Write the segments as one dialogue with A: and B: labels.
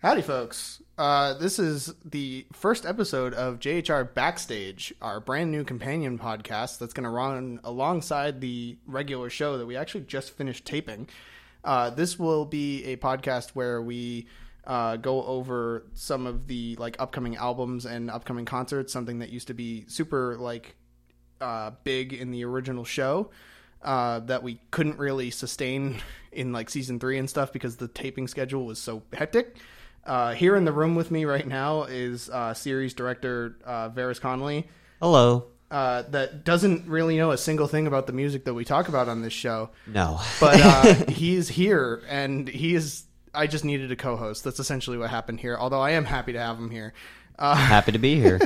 A: Howdy, folks. Uh, this is the first episode of JHR Backstage, our brand new companion podcast that's going to run alongside the regular show that we actually just finished taping. Uh, this will be a podcast where we uh, go over some of the like upcoming albums and upcoming concerts, something that used to be super like uh, big in the original show uh, that we couldn't really sustain in like season three and stuff because the taping schedule was so hectic. Uh, here in the room with me right now is uh, series director uh, Varys Connolly,
B: Hello.
A: uh, that doesn't really know a single thing about the music that we talk about on this show,
B: No.
A: but uh, he's here and he is. I just needed a co-host. That's essentially what happened here. Although I am happy to have him here. Uh,
B: Happy to be here.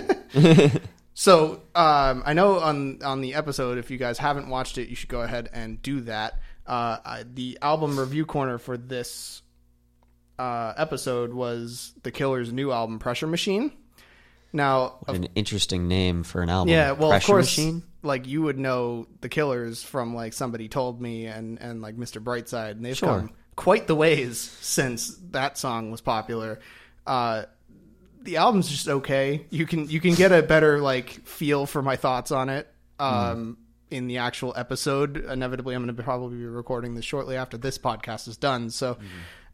A: So um, I know on on the episode, if you guys haven't watched it, you should go ahead and do that. Uh, I, the album review corner for this uh, episode was The Killer's new album, Pressure Machine. Now, of-
B: An interesting name for an album.
A: yeah, well,
B: Pressure
A: of course,
B: Machine?
A: like you would know The Killers from like somebody told me and and like Mr. Brightside, and they've
B: Sure.
A: come quite the ways since that song was popular. Uh, the album's just okay. You can you can get a better like feel for my thoughts on it um, in the actual episode. Inevitably, I'm going to probably be recording this shortly after this podcast is done. So,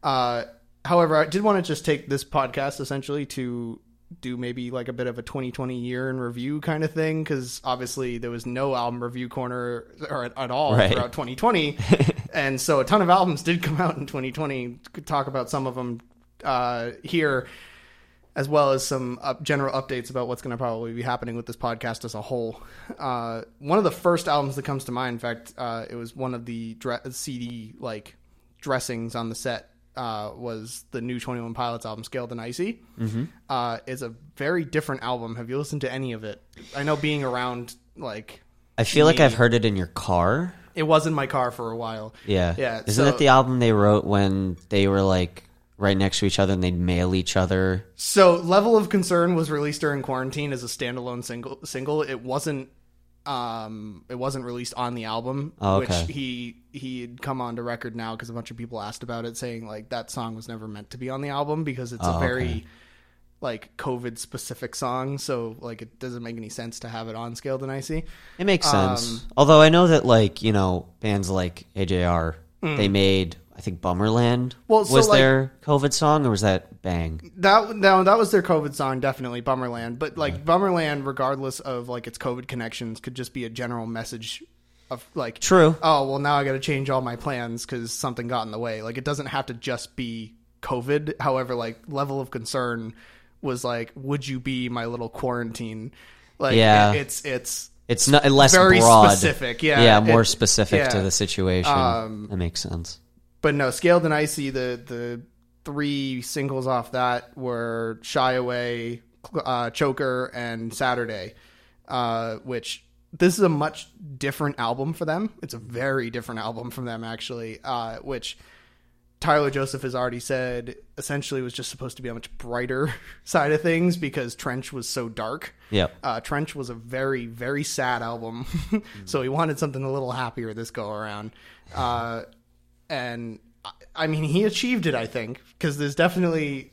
A: uh, however, I did want to just take this podcast essentially to do maybe like a bit of a 2020 year in review kind of thing because obviously there was no album review corner or at, at all
B: Right.
A: throughout 2020 and so a ton of albums did come out in 2020 could talk about some of them uh, here as well as some up, general updates about what's going to probably be happening with this podcast as a whole. Uh, one of the first albums that comes to mind, in fact, uh, it was one of the dre- CD like dressings on the set. Uh, was the new Twenty One Pilots album "Scaled and Icy"? Mm-hmm. Uh, it's a very different album. Have you listened to any of it? I know being around, like
B: I feel like I've heard it in your car.
A: it was in my car for a while.
B: Yeah.
A: yeah.
B: Isn't
A: so,
B: that the album they wrote when they were like right next to each other and they'd mail each other?
A: So, Level of Concern was released during quarantine as a standalone single. Single. It wasn't. Um, it wasn't released on the album,
B: Oh, okay.
A: which he he had come onto record now because a bunch of people asked about it, saying like that song was never meant to be on the album because it's a
B: Oh, okay.
A: very like COVID specific song. So like it doesn't make any sense to have it on Scaled and Icy.
B: It makes
A: Um,
B: sense. Although I know that like, you know, bands like AJR, they made I think Bummerland
A: mm. Well, so,
B: was
A: like-
B: their COVID song or was that Bang?
A: That no, that was their COVID song, definitely Bummerland. But like Bummerland, regardless of like its COVID connections, could just be a general message of like
B: True.
A: oh well now i gotta change all my plans because something got in the way like it doesn't have to just be covid however like level of concern was like would you be my little quarantine like
B: Yeah.
A: it's it's
B: It's not less
A: very
B: broad.
A: specific, yeah.
B: yeah, more
A: It-
B: specific to
A: yeah. um,
B: the situation. that makes sense.
A: but no scaled and icy the the three singles off that were shy away uh, choker and saturday uh, which this is a much different album for them it's a very different album from them actually uh, which Tyler Joseph has already said essentially was just supposed to be a much brighter side of things because Trench was so dark.
B: Yep.
A: Uh, Trench was a very, very sad album. so he wanted something a little happier this go around. Uh, and I, I mean, he achieved it, I think, because there's definitely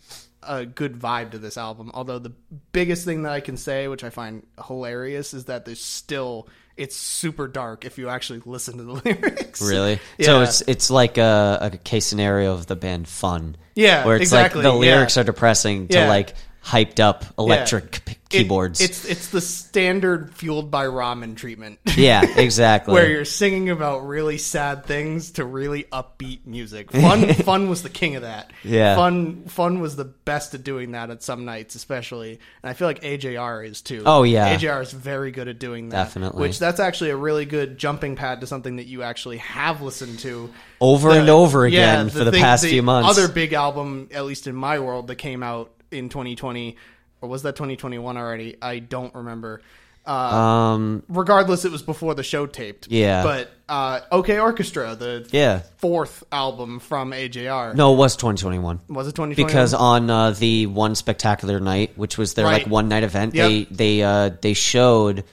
A: a good vibe to this album. Although the biggest thing that I can say, which I find hilarious, is that there's still, it's super dark if you actually listen to the lyrics.
B: Really?
A: Yeah.
B: So it's it's like a, a case scenario of the band Fun.
A: Yeah,
B: where it's
A: exactly,
B: like
A: yeah.
B: the lyrics are depressing to
A: Yeah.
B: like hyped up electric p-
A: It-
B: keyboards.
A: it's it's the standard fueled by ramen treatment.
B: yeah, exactly.
A: Where you're singing about really sad things to really upbeat music. Fun, fun was the king of that.
B: Yeah.
A: fun, fun was the best at doing that at some nights, especially. And I feel like AJR is too.
B: Oh, yeah.
A: AJR is very good at doing that.
B: Definitely.
A: Which that's actually a really good jumping pad to something that you actually have listened to
B: over and
A: the-
B: over
A: yeah,
B: again for the
A: thing-
B: past
A: the
B: few months.
A: Other big album, at least in my world, that came out in 2020, or was that 2021 already? I don't remember. Uh,
B: um,
A: regardless, it was before the show taped.
B: Yeah.
A: But uh, OK Orchestra, the
B: yeah.
A: fourth album from AJR,
B: No, it was 2021
A: was it 2021?
B: because on uh, the one spectacular night, which was their
A: Right.
B: like one night event,
A: Yep.
B: they they uh, they showed.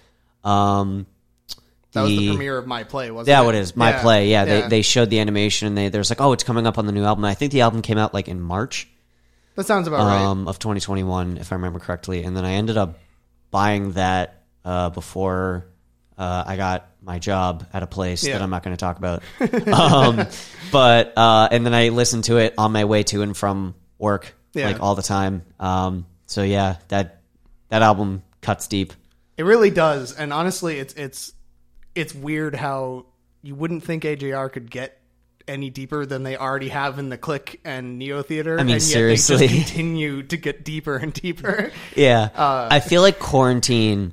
B: Um,
A: that was the premiere of my play, wasn't
B: Yeah,
A: it?
B: what is my play? Yeah,
A: yeah.
B: They, they showed the animation and they there's like, oh, it's coming up on the new album. And I think the album came out like in March.
A: That sounds about right.
B: um, of 2021, if I remember correctly. And then I ended up buying that uh, before uh, I got my job at a place
A: Yeah.
B: that I'm not going to talk about. um, but uh, and then I listened to it on my way to and from work,
A: Yeah.
B: like all the time. Um, so yeah, that that album cuts deep.
A: It really does, and honestly, it's it's it's weird how you wouldn't think AJR could get any deeper than they already have in the Click and Neo Theater. I
B: mean,
A: and yet they
B: seriously.
A: just continue to get deeper and deeper.
B: Yeah,
A: Uh,
B: I feel like quarantine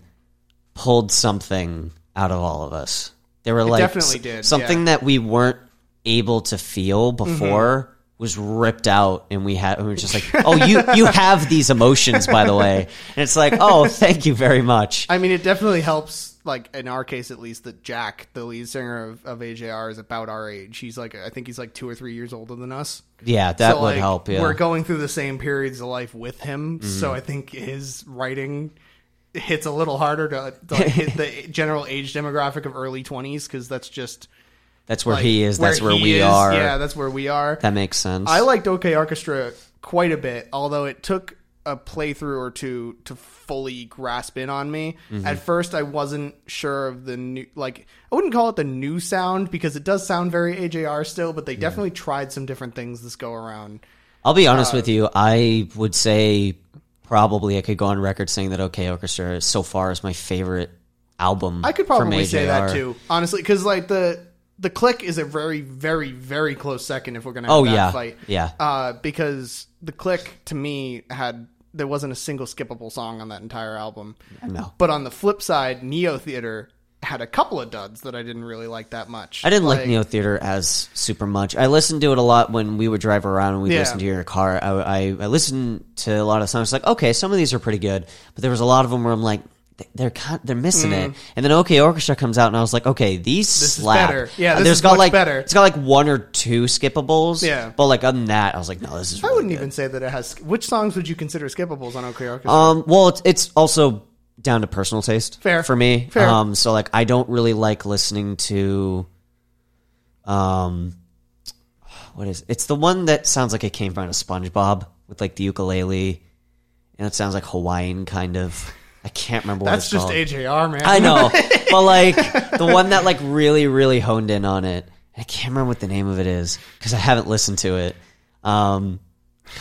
B: pulled something out of all of us. There were like
A: definitely did,
B: something
A: yeah.
B: that we weren't able to feel before
A: Mm-hmm.
B: was ripped out, and we had and we were just like, "Oh, you you have these emotions, by the way." And it's like, "Oh, thank you very much."
A: I mean, it definitely helps. Like in our case, at least, that Jack, the lead singer of, of AJR, is about our age. He's like, I think he's like two or three years older than us.
B: Yeah, that
A: So,
B: would
A: like,
B: help. Yeah, Mm-hmm.
A: We're going through the same periods of life with him, so I think his writing hits a little harder to, to like, hit the general age demographic of early twenties because that's just
B: that's where
A: like,
B: he is. That's where
A: he
B: we
A: is.
B: are.
A: Yeah, that's where we are.
B: That makes sense.
A: I liked OK Orchestra quite a bit, although it took a playthrough or two to fully grasp in on me.
B: Mm-hmm.
A: At first, I wasn't sure of the new, like, I wouldn't call it the new sound because it does sound very AJR still, but they definitely tried some different things this go around.
B: I'll be
A: Uh,
B: honest with you. I would say probably I could go on record saying that OK Orchestra is so far is my favorite album.
A: I could
B: from
A: probably say that
B: AJR.
A: too, honestly, because like the the click is a very, very, very close second if we're gonna have
B: Oh
A: that
B: yeah,
A: fight.
B: yeah.
A: uh, because the click to me had there wasn't a single skippable song on that entire album.
B: No.
A: But on the flip side, Neo Theater had a couple of duds that I didn't really like that much.
B: I didn't like, Neo Theater as super much. I listened to it a lot when we would drive around and we
A: Yeah.
B: would listened to your car. I, I, I listened to a lot of songs. Like, okay, some of these are pretty good, but there was a lot of them where I'm like, th- they're kind, they're missing it. And then OK Orchestra comes out, and I was like, okay, these
A: is
B: slap.
A: better. Yeah,
B: Uh,
A: Mm. this
B: there's
A: is
B: got
A: much
B: like
A: better.
B: it's got like one or two skippables.
A: Yeah.
B: but like other than that, I was like, no, this is.
A: I
B: Really
A: wouldn't
B: good.
A: even say that it has. Which songs would you consider skippables on OK Orchestra?
B: Um, well, it's it's also down to personal taste.
A: Fair.
B: for me.
A: Fair.
B: Um, so like I don't really like listening to, um, what is it's the one that sounds like it came from a SpongeBob with like the ukulele, and it sounds like Hawaiian kind of. I can't remember what
A: That's
B: it's
A: just
B: called.
A: AJR, man.
B: I know, but like the one that like really really honed in on it. I can't remember what the name of it is because I haven't listened to it. Um,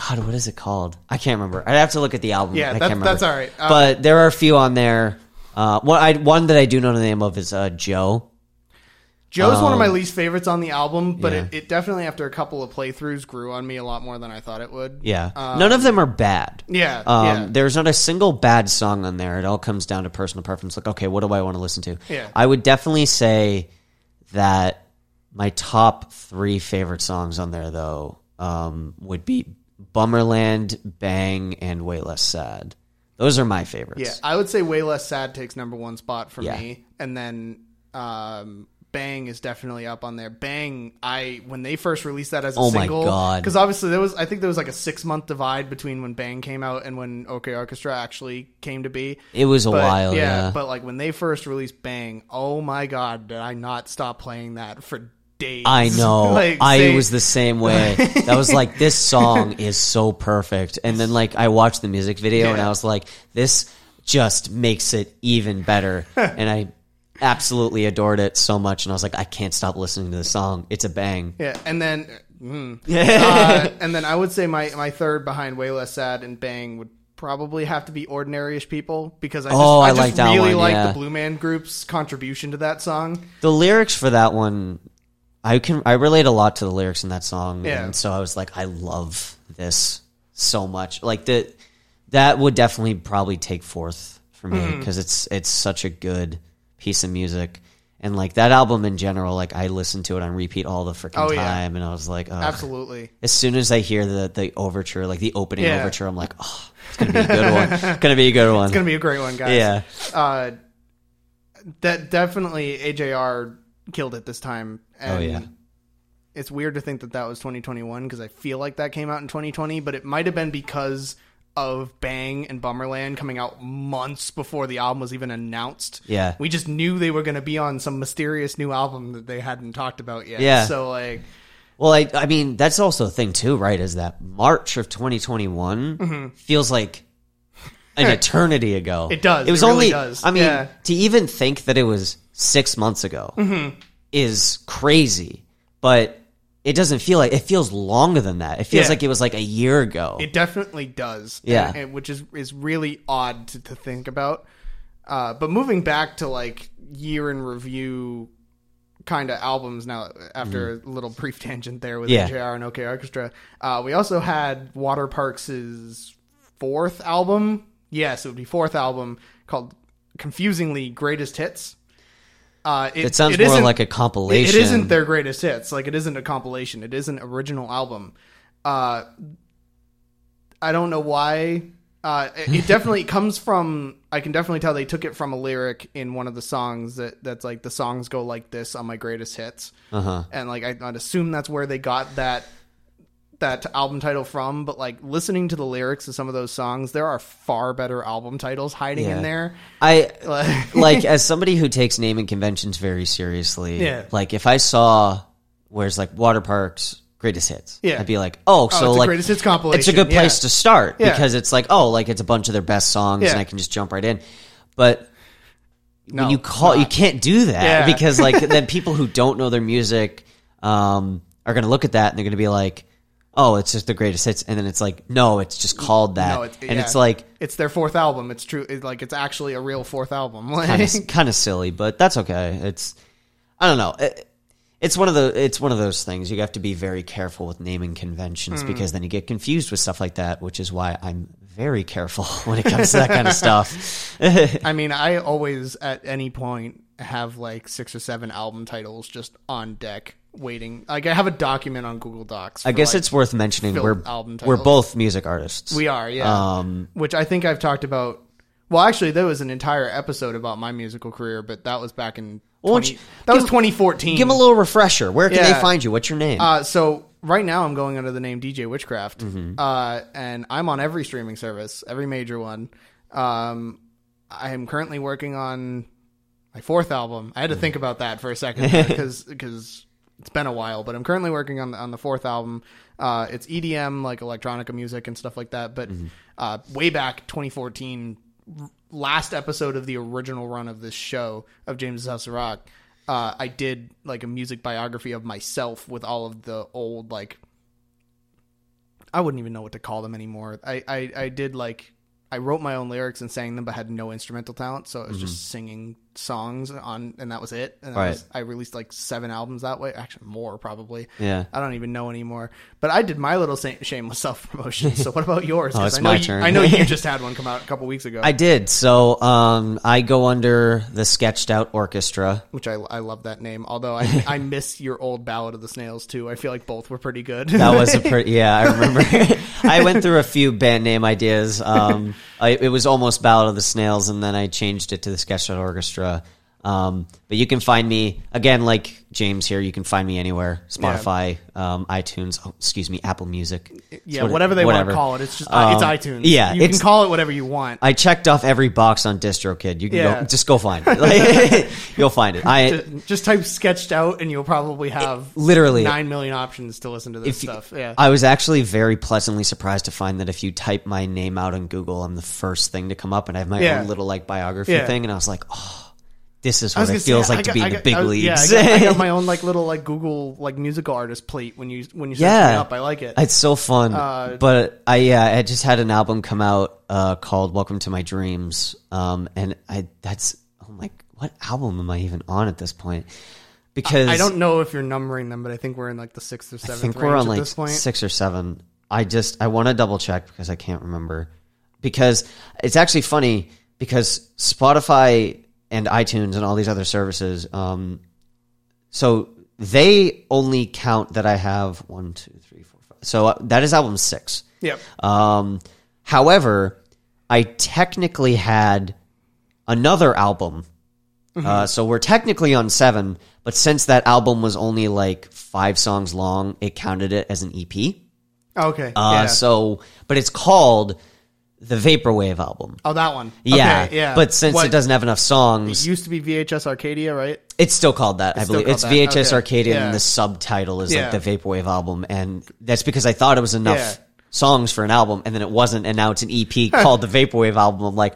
B: God, what is it called? I can't remember. I'd have to look at the album.
A: Yeah,
B: I
A: that-
B: can't remember.
A: that's all right. Uh,
B: but there are a few on there. Uh, one, I, one that I do know the name of is uh, Joe.
A: Joe's one of my least favorites on the album, but
B: um, yeah.
A: it, it definitely after a couple of playthroughs grew on me a lot more than I thought it would. Uh,
B: Yeah,
A: Um,
B: none of them are bad.
A: yeah,
B: Um,
A: yeah.
B: There's not a single bad song on there. It all comes down to personal preference. Like, okay, what do I want to listen to?
A: Yeah.
B: I would definitely say that my top three favorite songs on there, though, um, would be Bummerland, Bang, and Way Less Sad. Those are my
A: Yeah,
B: favorites.
A: I would say way less sad takes number one spot for
B: Yeah.
A: me, and then um, Bang is definitely up on there. Bang, I when they first released that as a
B: Oh my
A: single,
B: God.
A: because obviously there was I think there was like a six month divide between when Bang came out and when OK Orchestra actually came to be.
B: It was a
A: But,
B: while, yeah.
A: But like when they first released Bang, oh my God, did I not stop playing that for days?
B: I know.
A: Like,
B: I
A: they-
B: was the same way. I was like, this song is so perfect. And then like I watched the music video and
A: Yeah.
B: I was like, this just makes it even better. and I absolutely adored it so much. And I was like, I can't stop listening to this song. It's a bang.
A: Yeah, and then mm. uh, and then I would say my my third behind way less sad and bang would probably have to be ordinary-ish people because I just,
B: Oh, I
A: just
B: like that
A: really
B: one,
A: like
B: yeah.
A: the Blue Man Group's contribution to that song.
B: The lyrics for that one, I can I relate a lot to the lyrics in that song,
A: Yeah.
B: and so I was like, I love this so much. Like the that would definitely probably take fourth for me
A: Mm-hmm.
B: because it's it's such a good piece of music, and like that album in general, like I listened to it on repeat all the freaking
A: Oh,
B: time,
A: yeah.
B: and I was like, oh.
A: Absolutely.
B: as soon as I hear the the overture, like the opening
A: Yeah.
B: overture, I'm like, oh, it's gonna be a good one, it's gonna be a good one,
A: It's going to be a great one, guys.
B: yeah.
A: Uh, that definitely AJR killed it this time. And
B: Oh, yeah.
A: It's weird to think that that was 2021 because I feel like that came out in 2020, but it might have been because of Bang and Bummerland coming out months before the album was even announced.
B: Yeah.
A: We just knew they were going to be on some mysterious new album that they hadn't talked about yet.
B: Yeah.
A: So, like,
B: Well, I, I mean, that's also a thing too, right? Is that March of 2021 feels like an eternity ago.
A: Mm-hmm. It does.
B: It was
A: It really
B: only.
A: does.
B: I mean,
A: Yeah.
B: to even think that it was six months ago
A: Mm-hmm.
B: is crazy, but it doesn't feel like it feels longer than that. It feels
A: Yeah.
B: like it was like a year ago.
A: It definitely does.
B: Yeah.
A: And- and- which is is really odd to, to think about. Uh, but moving back to like year in review kind of albums now after a little brief tangent there with
B: Mm-hmm. Yeah.
A: JR and OK Orchestra. Uh, we also had Water Parks' fourth album. Yes, it would be fourth album called confusingly Greatest Hits. Uh,
B: it sounds
A: it
B: more
A: isn't-
B: like a compilation.
A: it isn't their greatest hits. Like it isn't a compilation. It is an original album. Uh, I don't know why. Uh, it it definitely comes from. I can definitely tell they took it from a lyric in one of the songs that that's like the songs go like this on my greatest hits,
B: Uh-huh.
A: and like I, I'd assume that's where they got that that album title from. But like listening to the lyrics of some of those songs, there are far better album titles hiding
B: Yeah.
A: in there. oh,
B: I
A: Like,
B: like as somebody who takes naming conventions very seriously.
A: Yeah.
B: Like if I saw where's like water parks greatest hits.
A: Yeah.
B: I'd be like, oh,
A: oh,
B: so
A: it's a
B: like
A: greatest hits compilation.
B: it's a good
A: Yeah.
B: place to start
A: Yeah.
B: because it's like oh like it's a bunch of their best songs
A: Yeah.
B: and i can just jump right in but
A: No,
B: when you call you can't do that
A: Yeah.
B: because like then people who don't know their music um, are going to look at that and they're going to be like oh it's just the greatest hits and then it's like no it's just called that
A: No, it's-
B: and it's
A: yeah.
B: like
A: it's their fourth album. It's true. It, like it's actually a real fourth album. Like,
B: kind of kind of silly but that's okay it's i don't know It- it's one of the it's one of those things you have to be very careful with naming
A: Hmm.
B: conventions because then you get confused with stuff like that which is why i'm very careful when it comes to that kind of stuff
A: I mean, I always at any point have like six or seven album titles just on deck waiting. Like I have a document on Google Docs.
B: I guess it's worth mentioning
A: filled
B: we're
A: album
B: we're
A: titles.
B: both music artists.
A: we are yeah.
B: Um,
A: Which I think I've talked about. Well, actually, there was an entire episode about my musical career, but that was back in.
B: why
A: 20
B: don't you-
A: that was
B: give-
A: 2014.
B: Give them a little refresher. Where can
A: Yeah.
B: they find you? What's your name?
A: Uh, so right now I'm going under the name DJ Witchcraft, uh, and I'm on every streaming service, every major one. Um, I am currently working on my fourth album. I had to think about that for a second because because it's been a while, but I'm currently working on the, on the fourth album. Uh, it's EDM like electronica music and stuff like that. But uh, way back 2014, r- last episode of the original run of this show of James's House of Rock, uh, I did like a music biography of myself with all of the old like I wouldn't even know what to call them anymore. I, I, I did like I wrote my own lyrics and sang them, but had no instrumental talent, so I was just singing songs on, and that was it. And that
B: Mm-hmm. Right.
A: was, I released like seven albums that way, actually more probably.
B: yeah.
A: I don't even know anymore. But I did my little sa- shameless self promotion. So what about yours? 'Cause
B: Oh, it's
A: I know
B: my
A: you,
B: turn.
A: I know you just had one come out a couple weeks ago,
B: I did. So um, I go under the Sketched Out Orchestra.
A: which I, I love that name. Although I I miss your old Ballad of the Snails too. I feel like both were pretty good.
B: That was a pretty. Yeah, I remember. I went through a few band name ideas. Um, I, it was almost Ballad of the Snails, and then I changed it to the Sketched Out Orchestra. Um, but you can find me again, like James here. You can find me anywhere: Spotify, um, iTunes. Oh, excuse me, Apple Music.
A: yeah,
B: Sort of-
A: whatever they want
B: whatever.
A: to call it. It's just it's
B: Um,
A: iTunes.
B: yeah,
A: you can
B: it's-
A: call it whatever you want.
B: I checked off every box on DistroKid. You can
A: Yeah.
B: go, just go find it. Like, you'll find it. I
A: Ju- just type sketched out and you'll probably have
B: literally.
A: nine million options to listen to this
B: if you-
A: stuff. Yeah.
B: I was actually very pleasantly surprised to find that if you type my name out on Google, I'm the first thing to come up, and I have my
A: Yeah.
B: own little like biography
A: Yeah.
B: thing, and I was like, oh, this is
A: I was
B: what it
A: gonna say,
B: feels
A: I
B: like to
A: got-
B: be
A: I
B: in the
A: got-
B: big
A: I was- yeah,
B: leagues.
A: I got, I got my own like little like Google like musical artist plate when you when you search
B: Yeah.
A: me up. I like it.
B: It's so fun.
A: Uh,
B: but I yeah, I just had an album come out uh, called "Welcome to My Dreams," um, and I that's I'm like, what album am I even on at this point? Because
A: I don't know if you're numbering them, but I think we're in like the sixth or
B: I
A: seventh
B: think
A: range
B: we're on
A: at
B: like
A: this point.
B: six or seven. I just I want to double check because I can't remember because it's actually funny because Spotify and iTunes and all these other services. Um, so they only count that I have one, two, three, four, five. So uh, that is album six.
A: Yep.
B: Um, however, I technically had another album.
A: Mm-hmm.
B: Uh, so we're technically on seven, but since that album was only like five songs long, it counted it as an EP.
A: Okay.
B: E Uh,
A: yeah.
B: So, but it's called the vaporwave album.
A: Oh, that one.
B: Yeah,
A: Okay, yeah.
B: But since
A: What-
B: it doesn't have enough songs,
A: it used to be VHS Arcadia, right?
B: it's still called that. I
A: still
B: believe
A: called
B: it's
A: that,
B: VHS
A: okay.
B: Arcadia,
A: Yeah.
B: and the subtitle is
A: Yeah.
B: like the vaporwave album, and that's because I thought it was enough
A: Yeah.
B: songs for an album, and then it wasn't, and now it's an EP called the vaporwave album. I'm like,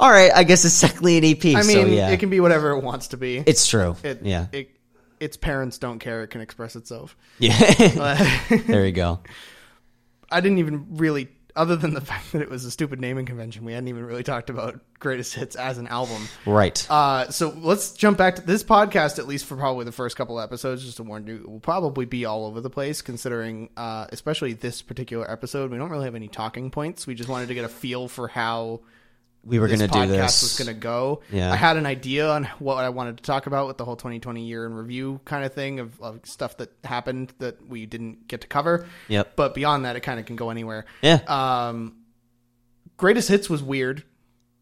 B: all right, I guess it's technically an EP.
A: I mean,
B: so yeah,
A: it can be whatever it wants to be.
B: it's true.
A: it,
B: yeah,
A: it, its parents don't care. It can express itself.
B: yeah.
A: I
B: there you go.
A: didn't even really, other than the fact that it was a stupid naming convention, we hadn't even really talked about greatest hits as an album.
B: Right.
A: Uh, so let's jump back to this podcast, at least for probably the first couple episodes, just to warn you, it will probably be all over the place, considering, uh, especially this particular episode, we don't really have any talking points. We just wanted to get a feel for how
B: we were going to
A: this
B: do
A: podcast
B: this.
A: was going to go.
B: Yeah.
A: I had an idea on what I wanted to talk about with the whole 2020 year in review kind of thing of, of stuff that happened that we didn't get to cover.
B: Yep.
A: But beyond that, it kind of can go anywhere.
B: yeah.
A: Um, Greatest Hits was weird.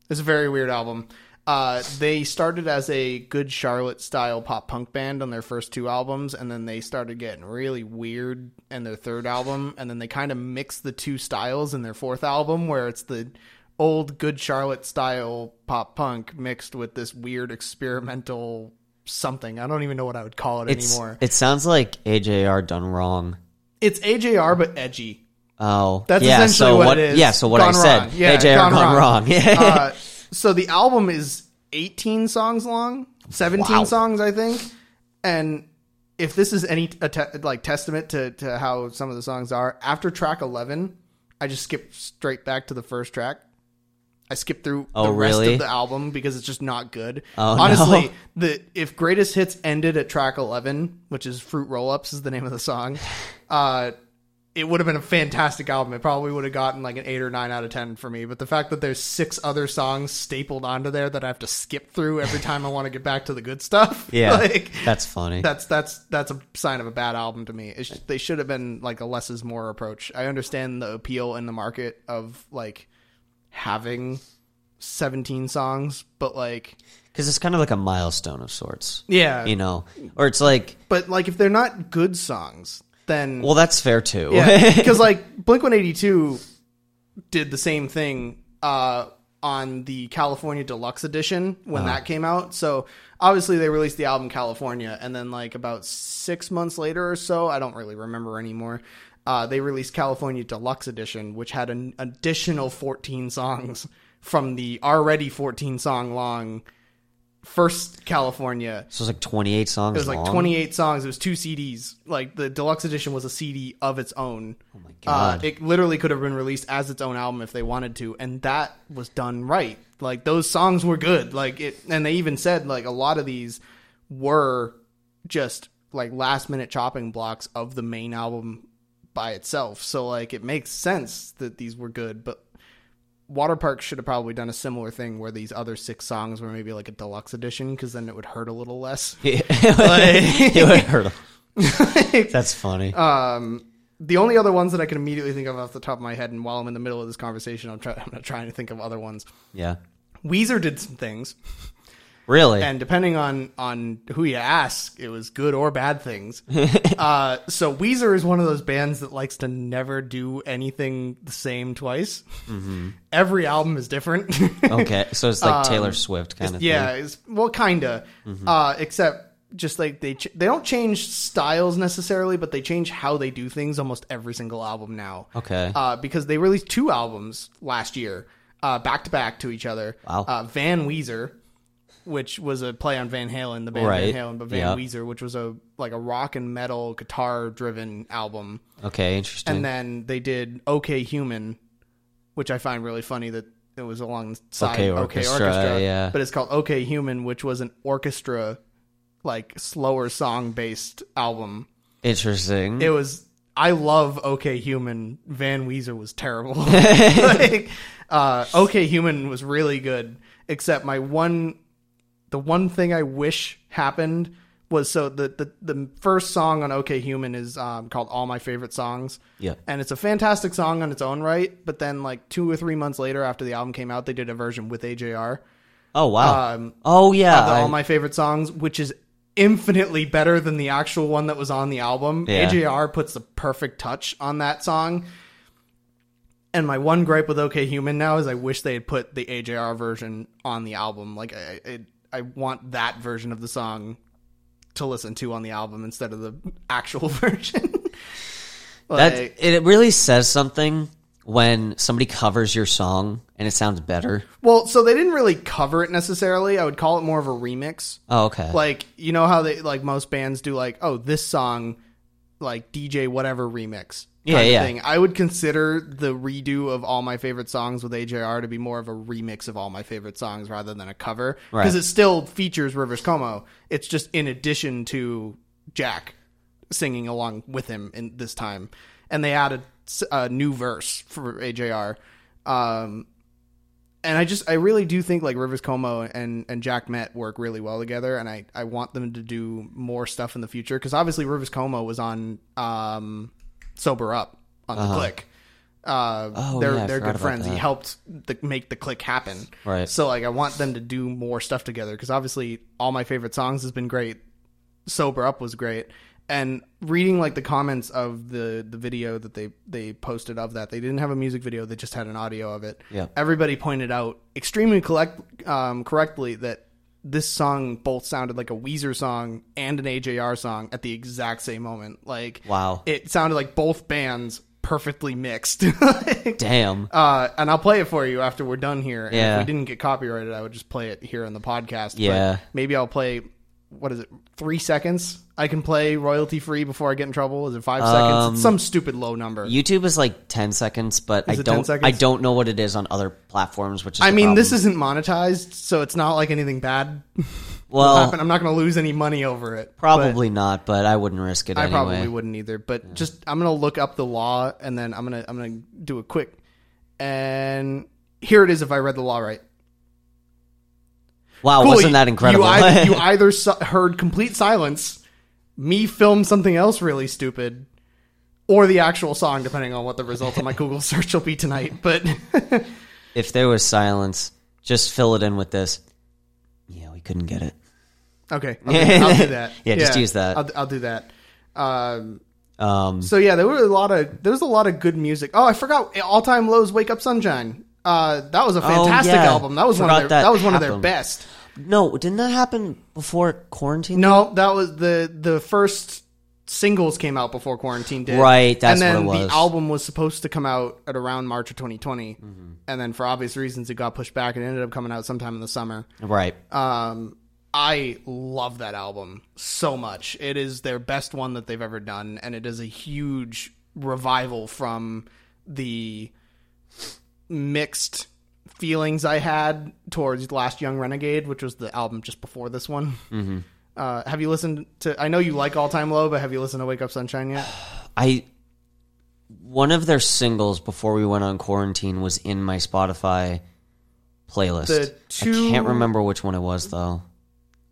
A: It's a very weird album. Uh, they started as a good Charlotte style pop punk band on their first two albums, and then they started getting really weird in their third album, and then they kind of mixed the two styles in their fourth album, where it's the old good Charlotte style pop punk mixed with this weird experimental something. I don't even know what I would call it
B: It's-
A: anymore.
B: It sounds like AJR done wrong.
A: It's AJR but edgy.
B: Oh,
A: That's
B: yeah,
A: essentially
B: so
A: what it is.
B: Yeah, so what
A: Gone
B: I said,
A: wrong. Yeah,
B: AJR
A: gone wrong.
B: gone, wrong. Yeah.
A: uh, so the album is 18 songs long, 17
B: Wow.
A: songs, I think. And if this is any a te- like testament to, to how some of the songs are, after track 11, I just skip straight back to the first track. I skipped through the
B: Oh,
A: rest
B: really?
A: of the album because it's just not good.
B: Oh, no.
A: Honestly, the if greatest hits ended at track 11, which is Fruit Roll Ups is the name of the song. Uh it would have been a fantastic album. It probably would have gotten like an eight or nine out of ten for me. But the fact that there's six other songs stapled onto there that I have to skip through every time I want to get back to the good stuff,
B: yeah.
A: like
B: that's funny.
A: that's that's that's a sign of a bad album to me. It's, they should have been like a less is more approach. I understand the appeal in the market of like having seventeen songs, but like
B: Because it's kind of like a milestone of sorts,
A: yeah,
B: you know? Or it's like,
A: but like if they're not good songs, then
B: well, that's fair too.
A: Yeah, because like Blink One Eighty Two did the same thing uh, on the California Deluxe Edition when that came out. So obviously they released the album California, and then like about six months later or so, I don't really remember anymore. Uh, they released California Deluxe Edition, which had an additional fourteen songs from the already fourteen song long first California
B: so it's like 28 songs
A: it was like
B: long.
A: 28 songs. It was two CDs. Like the deluxe edition was a CD of its own. Oh my
B: God.
A: Uh, it literally could have been released as its own album if they wanted to, and that was done right. Like those songs were good. Like it, and they even said like a lot of these were just like last minute chopping blocks of the main album by itself. So like it makes sense that these were good, but Water Park should have probably done a similar thing where these other six songs were maybe like a deluxe edition because then it would hurt a little less.
B: it would hurt. That's funny.
A: Um, the only other ones that I can immediately think of off the top of my head, and while I'm in the middle of this conversation, I'm, try- I'm not trying to think of other ones.
B: yeah.
A: Weezer did some things,
B: Really?
A: and depending on on who you ask, it was good or bad things. uh, so Weezer is one of those bands that likes to never do anything the same twice. Every album is different.
B: okay. So it's like Taylor Swift kind of
A: yeah,
B: Oh, thing.
A: Um, it's, well, kinda. Uh, except just like they ch- they don't change styles necessarily, but they change how they do things almost every single album now.
B: Okay.
A: uh, because they released two albums last year, uh, back to back to each other.
B: Wow.
A: Uh, Van Weezer, which was a play on Van Halen, the band
B: Right.
A: Van Halen, but Van
B: Yeah.
A: Weezer, which was a like a rock and metal guitar driven album,
B: okay. Interesting.
A: and then they did OK Human, which I find really funny that it was alongside
B: OK
A: OK
B: Orchestra,
A: Orchestra,
B: yeah.
A: but it's called OK Human, which was an orchestra like slower song based album.
B: Interesting.
A: It was. I love OK Human. Van Weezer was terrible. like, uh, OK Human was really good, except my one, the one thing I wish happened was so the the, the first song on OK Human is um, called All My Favorite Songs.
B: Yeah.
A: and it's a fantastic song on its own right. But then like two or three months later, after the album came out, they did a version with AJR
B: oh, wow.
A: um,
B: oh, yeah.
A: the
B: I-
A: all my favorite songs, which is infinitely better than the actual one that was on the album.
B: Yeah.
A: AJR puts the perfect touch on that song. And And my one gripe with OK Human now is I wish they had put the AJR version on the album. Like I, I, I want that version of the song to listen to on the album instead of the actual version.
B: That
A: like,
B: it really says something when somebody covers your song and it sounds better.
A: well, so they didn't really cover it necessarily. I would call it more of a remix.
B: Oh, okay.
A: like you know how they like most bands do like oh this song like DJ whatever remix
B: Yeah,
A: kind of
B: yeah.
A: I would consider the redo of all my favorite songs with AJR to be more of a remix of all my favorite songs rather than a cover because
B: Right.
A: it still features Rivers Como. It's just in addition to Jack singing along with him in this time, and they added s- a new verse for AJR. Um, and I just I really do think like Rivers Como and and Jack Met work really well together, and I I want them to do more stuff in the future because obviously Rivers Como was on um sober up on the click. Uh,
B: Uh-huh. Oh,
A: they're
B: yeah, I
A: they're
B: forgot
A: good
B: about
A: friends. He
B: that.
A: helped the, make the click happen.
B: Right.
A: So like I want them to do more stuff together because obviously all my favorite songs has been great. Sober Up was great. And reading like the comments of the the video that they they posted of that, they didn't have a music video; they just had an audio of it.
B: Yeah.
A: Everybody pointed out extremely collect, um, correctly that this song both sounded like a Weezer song and an AJR song at the exact same moment. Like,
B: Wow.
A: it sounded like both bands perfectly mixed.
B: Damn.
A: Uh, and I'll play it for you after we're done here. And
B: Yeah.
A: If we didn't get copyrighted, I would just play it here in the podcast. But
B: Yeah.
A: maybe I'll play. What is it? Three seconds. I can play royalty free before I get in trouble. Is it five seconds? It's some
B: Um,
A: stupid low number.
B: YouTube is like 10 seconds, but I
A: it 10
B: don't
A: seconds?
B: I don't know what it is on other platforms, which is
A: I
B: the
A: mean, this
B: problem.
A: isn't monetized, so it's not like anything bad
B: well,
A: happened. I'm not going to lose any money over it.
B: probably not, but I wouldn't risk it
A: I
B: anyway.
A: probably wouldn't either. But just I'm gonna look up the law and then I'm gonna I'm gonna do a quick and here it is if I read the law right.
B: Wow,
A: Cool,
B: Oh, wasn't
A: you-
B: that incredible?
A: You either, you either su- heard complete silence, me film something else really stupid, or the actual song, depending on what the result of my Google search will be tonight. But
B: if there was silence, just fill it in with this. Yeah, we couldn't get it.
A: okay, I'll do, I'll do that.
B: Yeah, just use that.
A: I'll, I'll do that. Um,
B: Um,
A: so yeah, there were a lot of there was a lot of good music. Oh, I forgot all time lows. Wake up, sunshine. Uh, that was a fantastic
B: Oh, yeah.
A: album. That was one of
B: Forgot
A: their,
B: that
A: that, was one of their
B: happened.
A: best.
B: no, didn't that happen before quarantine?
A: No, that was the the first singles came out before quarantine did.
B: Right,
A: and
B: that's
A: then
B: what it was.
A: the album was supposed to come out at around March of 2020,
B: Mm-hmm.
A: and then for obvious reasons it got pushed back and it ended up coming out sometime in the summer.
B: Right.
A: Um, I love that album so much. It is their best one that they've ever done, and it is a huge revival from the mixed feelings I had towards Last Young Renegade, which was the album just before this one. Mm-hmm. Uh, have you listened to? I know you like All Time Low, but have you listened to Wake Up Sunshine yet?
B: I one of their singles before we went on quarantine was in my Spotify playlist.
A: The two-
B: I can't remember which one it was though.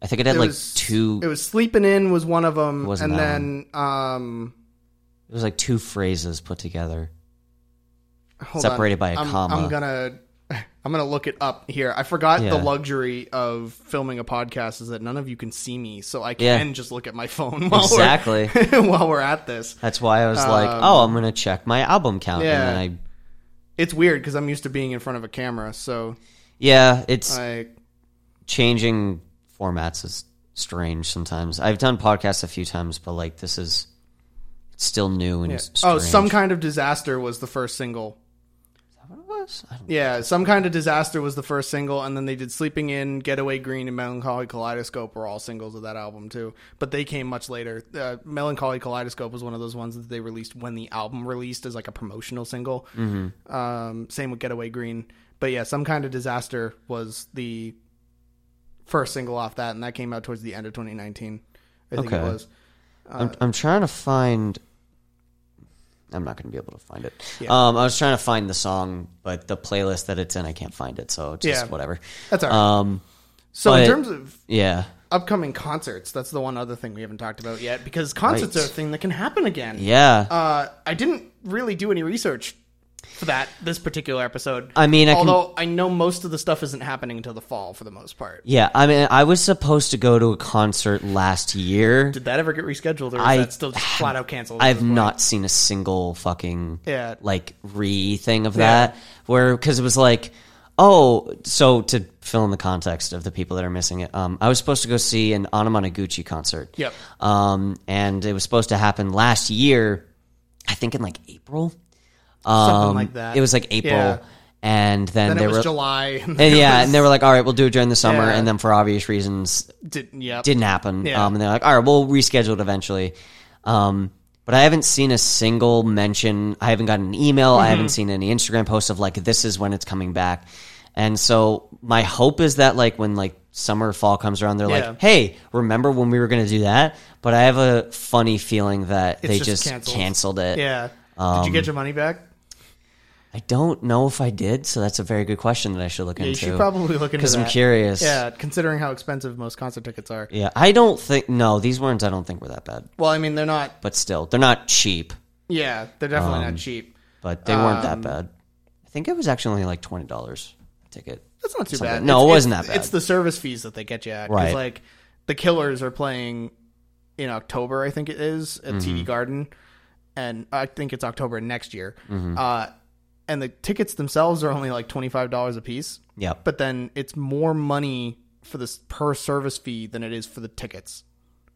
B: I think it had
A: It
B: like
A: was-
B: two.
A: It was Sleeping In was one of them,
B: Wasn't
A: and
B: that
A: then um,
B: It was like two phrases put together.
A: Hold
B: Separated by a
A: I'm-
B: comma.
A: I'm gonna I'm gonna look it up here. I forgot
B: Yeah.
A: the luxury of filming a podcast is that none of you can see me, so I
B: Yeah.
A: can just look at my phone while
B: Exactly.
A: we're while we're at this.
B: That's why I was like, "Oh, I'm gonna check my album count."
A: Um, Yeah.
B: And then I,
A: It's weird because I'm used to being in front of a camera, so
B: yeah, it's
A: I
B: changing formats is strange sometimes. I've done podcasts a few times, but like this is it's still new and strange.
A: oh, some kind of disaster was the first single.
B: What it was? I don't-
A: Yeah, some kind of disaster was the first single, and then they did "Sleeping In," "Getaway Green," and "Melancholy Kaleidoscope" were all singles of that album too. But they came much later. Uh, "Melancholy Kaleidoscope" was one of those ones that they released when the album released as like a promotional single.
B: Mm-hmm.
A: Um, same with "Getaway Green," but yeah, some kind of disaster was the first single off that, and that came out towards the end of 2019. I think it
B: Okay.
A: was.
B: I'm, I'm trying to find. I'm not going to be able to find it.
A: Yeah.
B: Um, I was trying to find the song, but the playlist that it's in, I can't find it. So it's just
A: Yeah.
B: whatever.
A: That's all right.
B: Um,
A: so in
B: but-
A: terms of
B: yeah,
A: upcoming concerts, that's the one other thing we haven't talked about yet because concerts
B: Right.
A: are a thing that can happen again.
B: yeah.
A: uh, I didn't really do any research for that this particular episode.
B: I mean, I can-
A: although I know most of the stuff isn't happening until the fall for the most part.
B: Yeah, I mean, I was supposed to go to a concert last year.
A: Did that ever get rescheduled, or is
B: I-
A: that still just flat out canceled?
B: I've not seen a single fucking
A: Yeah.
B: like re thing of that where because it was like oh so to fill in the context of the people that are missing it um, I was supposed to go see an Anamanaguchi concert
A: Yep.
B: um, and it was supposed to happen last year I think in like April
A: something
B: Um,
A: like that.
B: it was like April
A: Yeah.
B: and then,
A: then
B: they
A: it was
B: were
A: July.
B: and yeah and they were like all right we'll do it during the summer
A: Yeah.
B: and then for obvious reasons
A: didn't. Yeah,
B: didn't happen.
A: Yeah.
B: Um, and they're like, all right, we'll reschedule it eventually. Um, but I haven't seen a single mention. I haven't gotten an email. I
A: Mm-hmm.
B: haven't seen any Instagram posts of like this is when it's coming back. And so my hope is that like when like summer fall comes around, they're
A: Yeah.
B: like, hey, remember when we were going to do that? But I have a funny feeling that they
A: just
B: just,
A: canceled.
B: canceled. it.
A: Yeah. Did
B: um,
A: you get your money back?
B: I don't know if I did, so that's a very good question that I should look
A: Yeah, you
B: into.
A: should probably look into
B: because I'm
A: that.
B: curious.
A: Yeah, considering how expensive most concert tickets are.
B: yeah. I don't think no, these ones I don't think were that bad,
A: Well, I mean, they're not.
B: but still, they're not cheap.
A: Yeah, they're definitely
B: Um,
A: not cheap.
B: but they
A: Um,
B: weren't that bad. I think it was actually only like twenty dollars ticket.
A: That's not too
B: something-
A: bad.
B: no,
A: It's-
B: it wasn't
A: it's-
B: that bad.
A: It's the service fees that they get you at. 'Cause,
B: Right.
A: Like the Killers are playing in October, I think it is,
B: Mm-hmm.
A: at TD Garden, and I think it's October next year.
B: Mm-hmm.
A: Uh, and the tickets themselves are only like twenty five dollars a piece,
B: Yeah,
A: but then it's more money for this per service fee than it is for the tickets.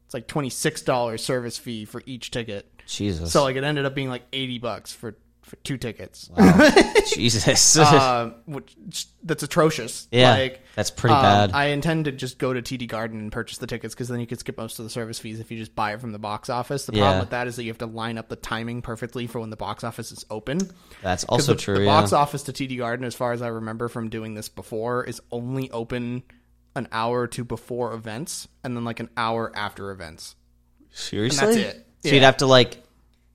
A: It's like twenty six dollars service fee for each ticket.
B: Jesus,
A: So like it ended up being like eighty bucks for for two tickets, uh,
B: Jesus,
A: Um which that's atrocious.
B: yeah,
A: like
B: that's pretty
A: um,
B: bad.
A: I intend to just go to TD Garden and purchase the tickets because then you could skip most of the service fees if you just buy it from the box office. The problem
B: Yeah.
A: with that is that you have to line up the timing perfectly for when the box office is open. 'Cause
B: that's also
A: the,
B: true.
A: The
B: yeah.
A: box office to TD Garden, as far as I remember from doing this before, is only open an hour or two before events and then like an hour after events.
B: Seriously,
A: it.
B: So
A: Yeah.
B: you'd have to like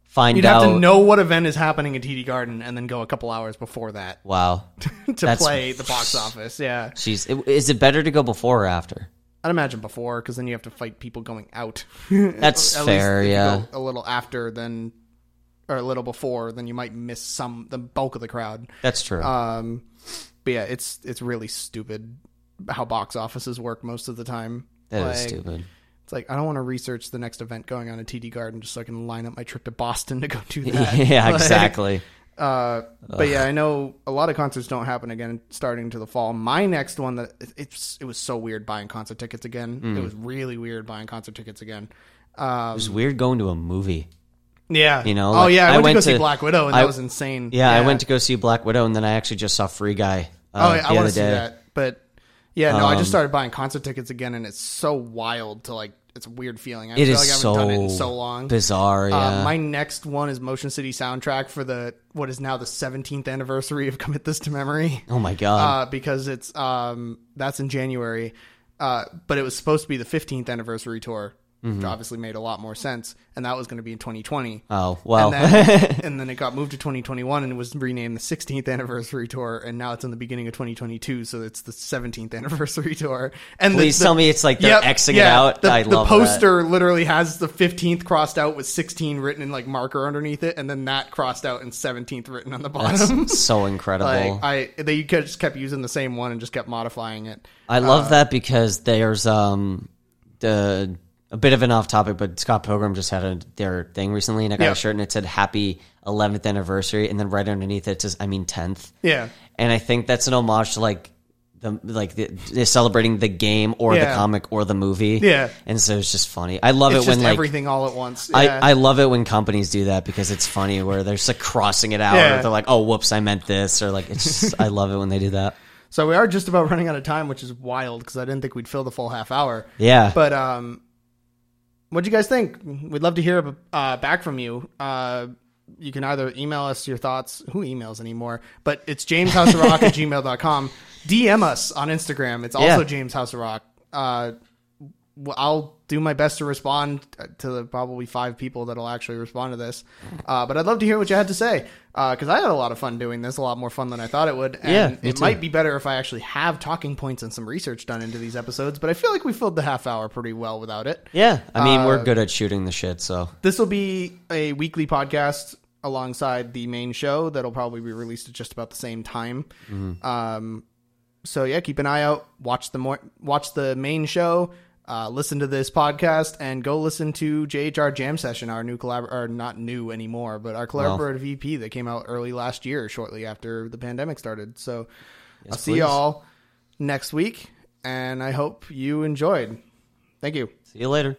B: find
A: You'd
B: out.
A: have to know what event is happening at TD Garden and then go a couple hours before that
B: Wow,
A: to
B: That's-
A: play the box office. Yeah.
B: jeez, It- is it better to go before or after?
A: I'd imagine before, because then you have to fight people going out.
B: That's
A: At least
B: fair.
A: if you
B: Yeah,
A: go a little after then, or a little before, then you might miss some the bulk of the crowd.
B: that's true.
A: Um, but yeah, it's it's really stupid how box offices work most of the time.
B: that
A: like,
B: is stupid.
A: It's like I don't want to research the next event going on at TD Garden just so I can line up my trip to Boston to go do that.
B: yeah,
A: uh, Like,
B: exactly.
A: uh, but yeah, I know a lot of concerts don't happen again starting to the fall. My next one that it- it's it was so weird buying concert tickets again. It was really weird buying concert tickets again. Mm. Um,
B: It's weird going to a movie.
A: yeah,
B: You know,
A: Oh
B: like,
A: yeah, I,
B: I
A: went,
B: went
A: to go see
B: to-
A: Black Widow, and
B: I-
A: that was insane.
B: Yeah, I went to go see Black Widow, and then I actually just saw Free Guy. Uh,
A: Oh, yeah,
B: the
A: I want
B: other
A: to see
B: day. Um,
A: that. But yeah, no, I just started buying concert tickets again, and it's so wild to like. It's a weird feeling. I
B: It
A: feel
B: is
A: like I haven't
B: so
A: done it in so long.
B: bizarre. Yeah,
A: Uh, my next one is Motion City soundtrack for the what is now the 17th anniversary of Commit This to Memory.
B: oh my god.
A: uh, because it's um, that's in January, uh, but it was supposed to be the 15th anniversary tour,
B: Mm-hmm.
A: which obviously made a lot more sense, and that was going to be in 2020.
B: oh wow.
A: uh, And then, and then it got moved to 2021 and it was renamed the 16th anniversary tour, and now it's in the beginning of 2022, so it's the 17th anniversary tour. And the-
B: Please
A: the,
B: tell me it's like they're
A: Yep,
B: Xing it
A: yeah,
B: out.
A: The,
B: I
A: the
B: love that.
A: poster literally has the 15th crossed out with 16 written in like marker underneath it, and then that crossed out and 17th written on the bottom.
B: It's so incredible.
A: Like I, they just kept using the same one and just kept modifying it.
B: I love
A: uh,
B: that because there's um the a bit of an off topic, but Scott Pilgrim just had a, their thing recently, and I got
A: Yeah.
B: a shirt and it said "Happy 11th Anniversary," and then right underneath it says, "I mean 10th,"
A: Yeah,
B: and I think that's an homage to like. The, like the, they're celebrating the game or
A: Yeah.
B: the comic or the movie,
A: Yeah.
B: and so it's just funny. I love
A: it's
B: it
A: just
B: when like
A: everything all at once. Yeah.
B: I, I love it when companies do that because it's funny where they're just like crossing it out
A: Yeah.
B: or they're like, oh, whoops, I meant this. Or like, it's just, I love it when they do that.
A: so we are just about running out of time, which is wild because I didn't think we'd fill the full half hour.
B: Yeah.
A: But um, what'd you guys think? We'd love to hear uh, back from you. Uh, you can either email us your thoughts. Who emails anymore? But it's jameshouserock at gmail.com. DM us on Instagram. It's also
B: Yeah.
A: James House of Rock. Uh, well, I'll do my best to respond to the probably five people that'll actually respond to this. Uh, but I'd love to hear what you had to say because I had a lot of fun doing this, a lot more fun than I thought it would. And
B: Yeah, me
A: it
B: too.
A: might be better if I actually have talking points and some research done into these episodes. But I feel like we filled the half hour pretty well without it. uh,
B: yeah. I mean, we're good at shooting the shit. So
A: This will be a weekly podcast. alongside the main show that'll probably be released at just about the same time. Um, so yeah, keep an eye out. Watch the more, watch the main show. Uh, listen to this podcast and go listen to JHR Jam Session, our new collab, or not new anymore, but our collaborative EP that came out early last year, shortly after the pandemic started. So I'll see
B: please.
A: y'all next week, and I hope you enjoyed. Thank you.
B: See you later.